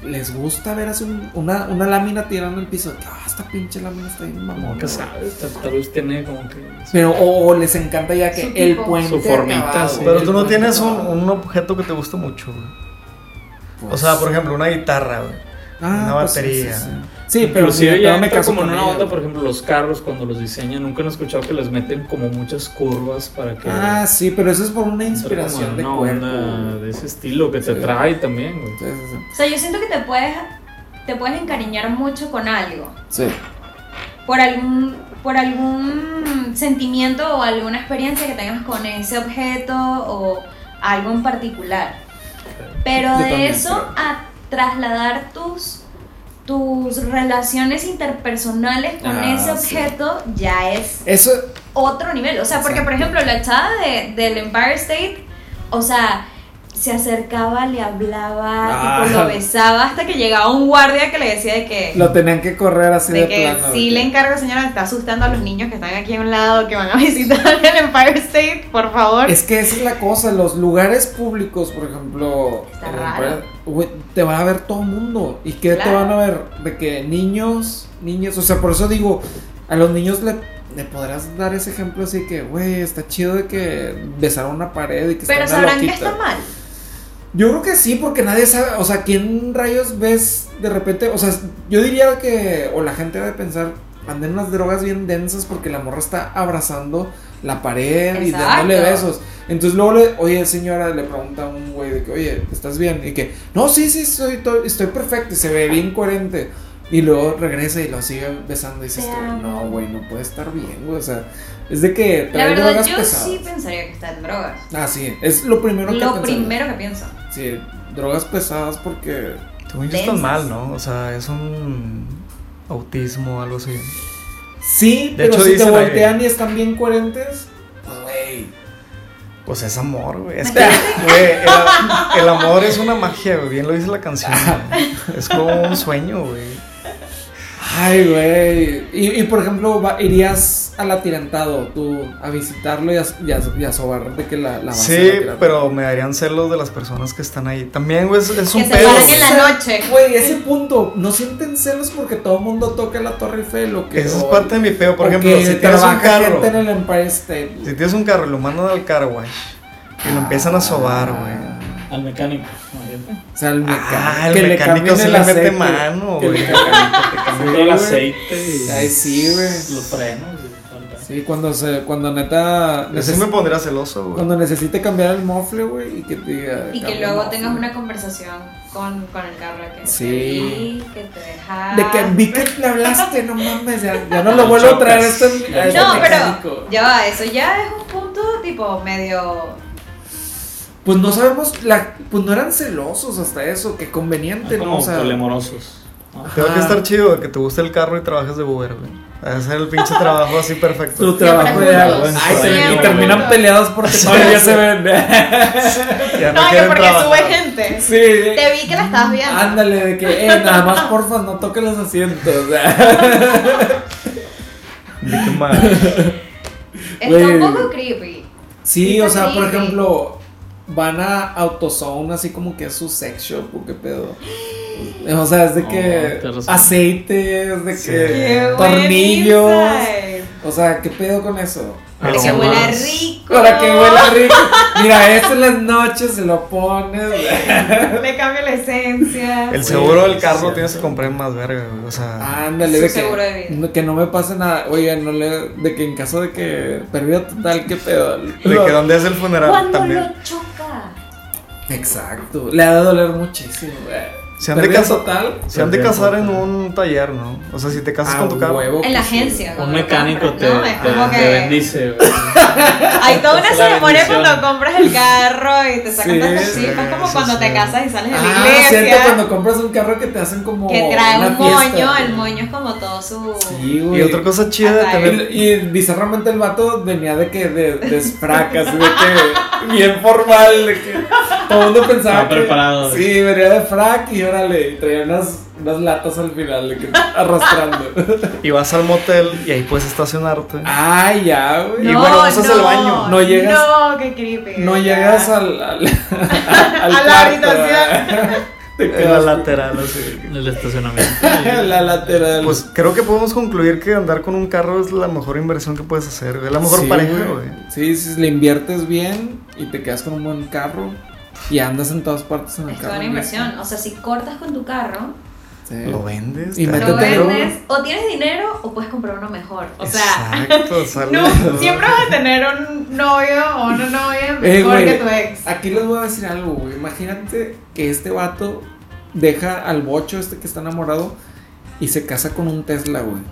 S1: les gusta ver así un- una, una lámina tirando el piso. Ah, esta pinche lámina está bien
S5: como
S1: mamón.
S5: que sabes, tal, tal vez tiene como que.
S1: Pero, o, o les encanta ya que
S4: Su
S1: el
S4: tipo.
S1: puente.
S5: Su formita,
S1: acabado,
S5: sí.
S1: güey,
S2: pero
S1: el
S2: tú no
S1: puente
S2: tienes un,
S1: acabado.
S2: un objeto que te guste mucho, güey. O
S1: Pues,
S2: sea, por ejemplo, una guitarra, güey.
S1: ah,
S2: una
S1: pues sí,
S2: batería.
S1: Sí, sí. Sí, pero
S5: Inclusive
S1: sí,
S5: ya
S1: no me
S5: entra
S1: caso
S5: como en
S1: con
S5: una
S1: ella,
S5: onda,
S1: güey.
S5: por ejemplo, los carros cuando los diseñan, nunca han escuchado que les meten como muchas curvas para que...
S1: Ah, sí, pero eso es por una
S5: entra como en
S1: inspiración de
S5: una
S1: cuerpo.
S5: onda
S1: güey.
S5: de ese estilo que te
S1: Sí.
S5: trae también, güey.
S1: Sí, sí,
S4: O sea, yo siento que te puedes, te puedes encariñar mucho con algo.
S1: sí. Sí.
S4: por algún, por algún sentimiento o alguna experiencia que tengas con ese objeto o algo en particular. Pero
S1: Yo
S4: de
S1: también,
S4: eso
S1: pero-
S4: a trasladar tus, tus relaciones interpersonales con
S5: Ah,
S4: ese
S5: sí.
S4: objeto ya es
S1: Eso,
S4: otro nivel. O sea, porque por ejemplo la chava de, del Empire State, o sea, se acercaba, le hablaba,
S1: Ah.
S4: tipo, lo besaba hasta que llegaba un guardia que le decía de que...
S1: lo tenían que correr así de,
S4: de que
S1: plano.
S4: sí
S1: de
S4: le
S1: que-
S4: encargo, señora, está asustando a los niños que están aquí a un lado, que van a visitar el Empire State, por favor.
S1: Es que esa es la cosa, los lugares públicos, por ejemplo,
S4: Está
S1: en-
S4: raro.
S1: güey, te van a ver todo el mundo. ¿Y qué te
S4: Claro.
S1: van a ver? De que niños, niñas, o sea, por eso digo, a los niños le, le podrás dar ese ejemplo así que, güey, está chido de que besar una pared y que
S4: Pero
S1: está una
S4: sabrán que
S1: loquita.
S4: está mal.
S1: Yo creo que sí, porque nadie sabe, o sea, ¿quién rayos ves de repente? O sea, yo diría que, o la gente debe pensar, anden unas drogas bien densas porque la morra está abrazando la pared y
S4: Exacto.
S1: dándole besos. Entonces luego, le, oye, señora, le pregunta a un güey de que, oye, ¿estás bien? Y que, no, sí, sí, estoy, to- estoy perfecto y se ve bien coherente. Y luego regresa y lo sigue besando y dices,
S4: Te
S1: tú,
S4: amo.
S1: no, güey, no puede estar bien, güey, o sea, es de que
S4: La
S1: traer
S4: verdad,
S1: drogas
S4: yo
S1: pesadas.
S4: sí pensaría que está en drogas.
S1: Ah, sí, es lo primero que
S4: Lo
S1: pensaría.
S4: primero que pienso.
S1: Sí, drogas pesadas porque
S2: Según yo estás
S4: Densas.
S2: mal, ¿no? O sea, es un autismo algo así.
S1: Sí, pero
S2: De hecho,
S1: si te
S2: dicen ahí-
S1: voltean y están bien coherentes, pues güey.
S2: Pues es amor, güey.
S1: [laughs]
S2: Es que, güey, el, a- el amor es una magia, güey. Bien lo dice la canción. güey. Es como un sueño, güey.
S1: Ay, güey. Y, y, por ejemplo, va- irías al atirantado tú a visitarlo y a, y a- y a sobar de que la, la vas
S2: Sí, pero me darían celos de las personas que están ahí. También, güey, es, es un
S4: Que se
S2: pedo.
S4: vayan en la noche.
S1: Güey, ese punto, no sienten celos porque todo el mundo toca la Torre Eiffel o que.
S2: Eso es
S1: o-
S2: parte de mi pedo. Por
S1: o
S2: ejemplo,
S1: que
S2: si tienes un
S1: trabaja
S2: carro.
S1: gente en el Empire State.
S2: Si tienes un carro y lo mandan al car wash y lo empiezan a sobar, güey.
S5: Al mecánico.
S1: O sea, el mecánico.
S2: Ah, el
S1: que le
S2: mecánico
S1: cambien
S2: sí
S1: el
S2: le mete
S1: aceite,
S2: mano,
S1: que le
S2: güey.
S1: cambien-
S5: Todo el aceite. y
S1: Ay, sí, güey.
S5: Los frenos. y todo el pedo.
S1: Sí, cuando, se, cuando neta.
S2: Así me pondría celoso, güey.
S1: Cuando necesite cambiar el mofle, güey, y que te diga.
S4: Y que
S1: "Cambia
S4: luego
S1: el
S4: tengas
S1: mofle".
S4: una conversación con, con el carro que
S1: Sí.
S4: que te deja.
S1: De que vi que le hablaste, no mames, ya, ya no lo vuelvo a traer a este. a este
S4: No,
S1: mecánico.
S4: pero ya va, eso ya es un punto tipo medio.
S1: Pues no sabemos, la, pues no eran celosos hasta eso, que conveniente, ¿no?
S5: Como
S1: O sea, [laughs]
S5: polemorosos. ¿no?
S2: Tengo
S1: Ajá.
S2: que estar chido güey, que te guste el carro y trabajes de Uber, güey. Hacer el pinche trabajo así perfecto.
S1: tu trabajo
S4: Siempre
S1: de
S4: juntos.
S1: algo. Ay, se-
S4: Siempre
S1: y terminan
S4: juntos.
S1: peleados porque todavía se ven.
S2: Ya
S4: No, que
S2: quieren
S4: porque
S2: trabajar.
S4: sube gente.
S1: sí.
S4: Te vi que la estabas viendo.
S1: Ándale, de que, eh, nada más porfa, no toques los asientos. [laughs] o sea.
S2: Ni qué
S4: [laughs]
S2: mal.
S4: Está un
S1: güey.
S4: poco creepy.
S1: Sí,
S4: Está
S1: o sea, por
S4: horrible.
S1: ejemplo, van a AutoZone así como que es su sex shop, ¿o qué
S4: [gasps]
S1: pedo? O sea, es de
S5: No,
S1: que
S5: tienes razón.
S1: aceites, de
S2: Sí.
S1: que
S4: Qué buen
S1: tornillos.
S4: insight.
S1: O sea, ¿qué pedo con eso?
S4: Para que
S2: Aromas.
S4: huela rico.
S1: Para que huela rico. Mira, esto en las noches se lo pones.
S4: Le cambia
S1: [laughs]
S4: la esencia.
S2: El seguro del
S5: sí,
S2: carro
S5: cierto.
S2: tienes que comprar más verga, güey. O sea,
S1: Ándale,
S4: Su
S1: de
S4: seguro de
S1: que,
S4: vida.
S1: no- que no me pase nada. Oye, no le, de que en caso de que pérdida total, ¿qué pedo?
S2: de que dónde es el funeral
S4: Cuando
S2: también.
S4: lo choca.
S1: Exacto. Le ha de doler muchísimo. güey.
S2: Se han de
S1: Pérdida
S2: casa-
S1: total.
S2: Se han de casar en un taller, ¿no? O sea, si te casas
S1: Ah,
S2: con tu carro.
S1: huevo
S4: En
S1: que
S4: la
S1: sí.
S4: agencia.
S1: [laughs]
S5: Un
S4: cuando lo
S5: mecánico
S4: compras,
S5: te,
S4: ¿no? Es
S5: te-
S4: como
S5: te
S4: que
S2: [laughs]
S5: bendice. güey.
S4: Hay toda una
S5: Es la
S4: ceremonia
S5: bendición.
S4: cuando compras el carro y te sacan
S1: Sí,
S4: tantas
S1: sí,
S4: chispas como
S2: eso
S4: cuando te
S2: sí.
S4: casas y sales de la
S1: Ah,
S4: iglesia.
S1: cierto, cuando compras un carro que te hacen como.
S4: que trae
S1: Oh, una
S4: un
S1: fiesta,
S4: moño,
S1: güey.
S4: el moño es como todo su.
S1: Sí, güey.
S2: Y otra cosa chida de
S4: Ajá,
S2: tener.
S1: Y, y bizarramente el vato venía de que de, de frac, así de que bien formal, de que todo el mundo pensaba
S5: Estaba
S1: que-
S5: preparado.
S1: Sí, venía de frac y órale, y traía unas, unas latas al final, de que arrastrando.
S2: Y vas al motel y ahí puedes estacionarte.
S1: Ay, ya, güey.
S2: Y bueno, vas al baño.
S1: Ah,
S2: Pues,
S1: No llegas-
S4: No, qué creepy.
S1: No llegas al, al, al
S4: [laughs] A la habitación.
S1: ¿verdad? Te
S2: en la
S1: quedas
S2: lateral, así.
S5: En el estacionamiento.
S1: en [laughs] la lateral.
S2: Pues creo que podemos concluir que andar con un carro es la mejor inversión que puedes hacer, güey. La mejor
S1: Sí,
S2: pareja, güey.
S1: Sí, si le inviertes bien y te quedas con un buen carro y andas en todas partes en el
S4: Es
S1: carro.
S4: toda una inversión. O sea, si cortas con tu carro,
S1: Sí.
S2: Lo vendes.
S1: Y
S2: te-
S1: métete
S4: lo
S1: Métetelo.
S4: vendes, o tienes dinero o puedes comprar uno mejor. O sea, [laughs]
S2: Exacto, sale.
S4: [laughs] no, siempre vas a tener un novio o una novia
S1: Eh,
S4: mejor
S1: güey,
S4: que tu ex.
S1: Aquí les voy a decir algo, güey. Imagínate que este vato deja al bocho este que está enamorado y se casa con un Tesla, güey.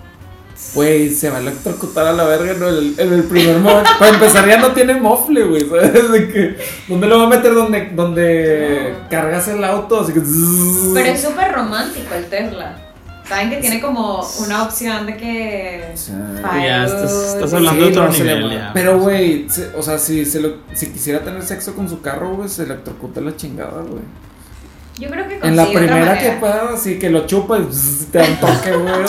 S1: Güey, se va a electrocutar a la verga ¿no? en el, en el primer momento. [laughs] Para empezar, ya no tiene mofle, güey. ¿Sabes? De que, ¿Dónde lo va a meter? Donde, donde
S4: No.
S1: cargas el auto. Así que.
S4: Pero es súper romántico el Tesla. Saben que tiene como una opción de que.
S1: O sea,
S4: Ay,
S5: Ya, estás, estás
S4: sí,
S5: hablando de
S1: sí,
S5: otro
S1: no, se le-
S5: nivel. ya.
S1: Pero, güey, se- o sea, si, se lo- si quisiera tener sexo con su carro, güey, se electrocuta la chingada, güey.
S4: Yo creo que
S1: En la
S4: consigue otra
S1: primera que
S4: manera.
S1: pueda, así que lo chupa y zzz, te da un toque, güey. güey.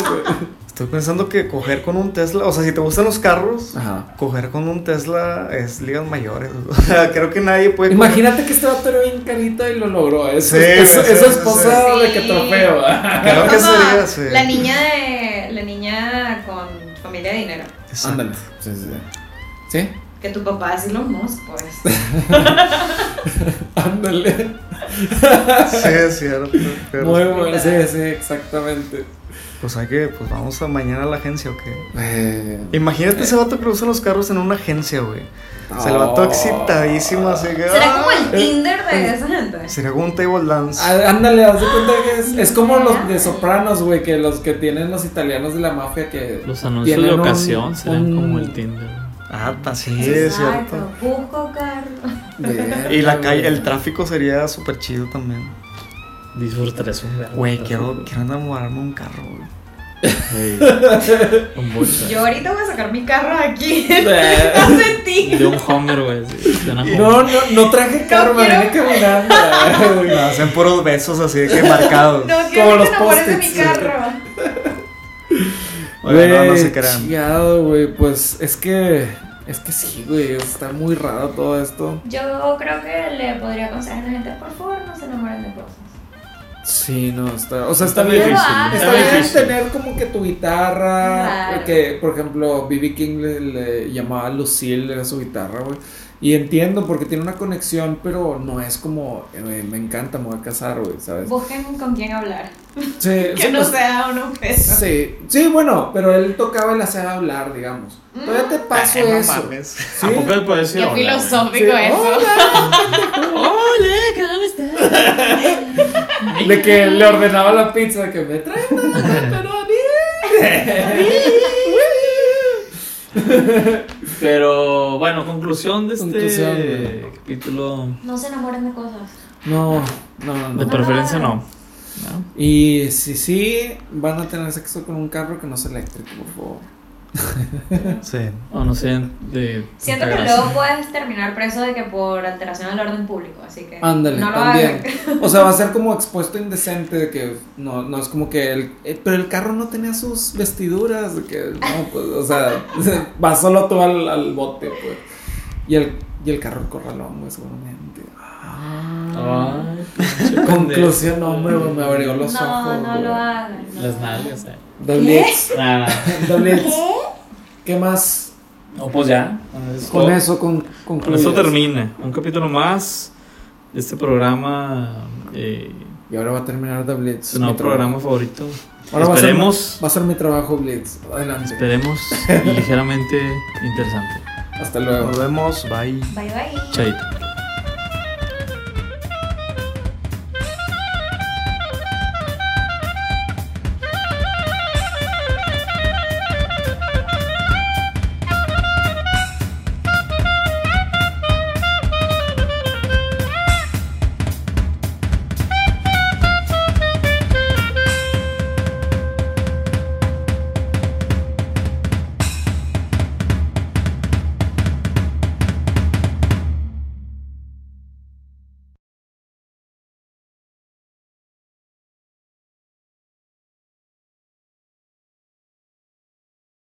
S2: Estoy pensando que coger con un Tesla, o sea, si te gustan los
S1: [laughs]
S2: carros,
S1: Ajá.
S2: coger con un Tesla es ligas mayores. [laughs] O sea, creo que nadie puede. coger-
S1: Imagínate que este vato era bien carita y lo logró. Es,
S2: Sí,
S1: es-
S2: güey, sí,
S1: es
S2: sí,
S1: esposa
S4: sí.
S1: de que trofeo.
S2: Creo que
S4: Como
S2: sería sí.
S4: La niña de. La niña con familia de dinero.
S2: Exacto.
S1: Ándale. Sí, sí, sí. ¿Sí? [laughs]
S4: Que tu papá es Elon Musk, pues.
S1: Ándale.
S2: Sí, es cierto. pero-
S1: Muy bueno. Sí, sí, exactamente.
S2: Pues hay que, pues vamos a mañana a la agencia o qué.
S1: Eh,
S2: Imagínate ese vato que usa los carros en una agencia, güey. O sea, el
S1: oh.
S2: vato excitadísimo, así que.
S4: Será como el
S2: ¡ay!
S4: Tinder de esa gente.
S2: Sería como un table dance.
S1: Á- Ah, Ándale, haz de cuenta que es, es como los de Sopranos, güey, que los que tienen los italianos de la mafia que.
S5: Los anuncios de
S1: tienen un-
S5: ocasión serán
S1: un-
S5: como el Tinder.
S2: Ah, así es cierto.
S4: Busco Carlos.
S1: Verga,
S2: Y la calle, el
S1: güey.
S2: tráfico sería súper chido también.
S5: Disfrutaré un verbo.
S2: Güey, quiero, quiero enamorarme de un carro, güey.
S5: Ey, un bocha.
S4: Yo ahorita voy a sacar mi carro de aquí. [laughs]
S1: Eh.
S4: No de ti.
S5: De un Homer, güey. sí, de una Homer.
S1: No, no, no traje carro, me
S4: quiero-
S1: vine caminando. güey.
S2: Me hacen puros besos así de
S4: [laughs]
S2: que marcados.
S4: No
S1: Como
S4: quiero que
S1: los
S4: te enamores de mi
S1: post-its.
S4: carro.
S2: Oigan, no, no se
S1: Güey,
S2: crean.
S1: chingado, güey, pues es que. Es que sí, güey, está muy raro todo esto.
S4: Yo creo que le podría aconsejar a la gente, por favor, no se enamoren de cosas.
S1: Sí, no, está. O sea, está,
S5: Está
S1: bien.
S5: difícil.
S4: Está
S1: Está
S5: bien
S1: bien
S5: difícil.
S1: tener como que tu guitarra,
S4: Claro.
S1: que por ejemplo B.B. King le, le llamaba Lucille, era su guitarra, güey. Y entiendo porque tiene una conexión, pero no es como, eh, me encanta, me voy a casar, güey,
S4: Pues,
S1: ¿sabes?
S4: Busquen con quién hablar.
S1: Sí,
S4: Que
S1: sí,
S4: no
S1: pues,
S4: sea un ofensa.
S1: sí, sí, bueno, pero él tocaba el hacer hablar, digamos. Todavía
S4: Mm.
S1: te paso
S2: Ay, no
S1: eso.
S2: mames.
S1: Sí,
S5: Tampoco le puedo decir.
S4: Qué
S5: hola, güey.
S4: filosófico
S1: Sí, Oh,
S4: eso.
S1: De que le ordenaba la pizza que me trae una
S4: [laughs]
S1: pepperoni.
S5: Pero bueno, conclusión de este
S1: Conclusión, güey.
S5: capítulo.
S4: No se enamoren de cosas.
S1: No, no, no,
S5: De
S1: no.
S5: preferencia, no.
S1: Y si sí, van a tener sexo con un carro que no sea eléctrico, por favor.
S2: Sí.
S5: O no sé. De,
S4: Siento que
S5: preferencia.
S4: luego puedes terminar preso de que por alteración del orden público, así que
S1: Ándale,
S4: no lo
S1: también.
S4: hagan. [laughs]
S1: O sea, va a ser como expuesto indecente de que no, no es como que el. eh, pero el carro no tenía sus vestiduras. De que no, pues, o sea, [laughs] va solo tú al, al bote, pues. Y el, y el carro al corralón, güey, seguramente. Ah.
S5: Ay, pinche
S1: Conclusión,
S5: pendejo.
S1: no, hombre, güey, me abrió los
S4: No,
S1: ojos.
S4: no
S1: güey.
S4: lo hagan. no.
S5: Las nalgas, eh.
S1: Doble X,
S5: Nada.
S1: doble X. ¿Qué más?
S5: No, pues ya.
S1: Con
S5: todo.
S1: eso, con,
S5: Con eso
S1: concluyes.
S5: termina. Un capítulo más de este programa. eh,
S1: Y ahora va a terminar The Blitz.
S5: su nuevo
S1: Mi trabajo.
S5: programa favorito.
S1: Ahora va a ser-
S5: esperemos.
S1: Va a ser mi trabajo, Blitz. Adelante.
S5: Esperemos. ligeramente interesante.
S1: Hasta luego.
S2: Nos vemos. Bye.
S4: Bye bye.
S5: Chaito.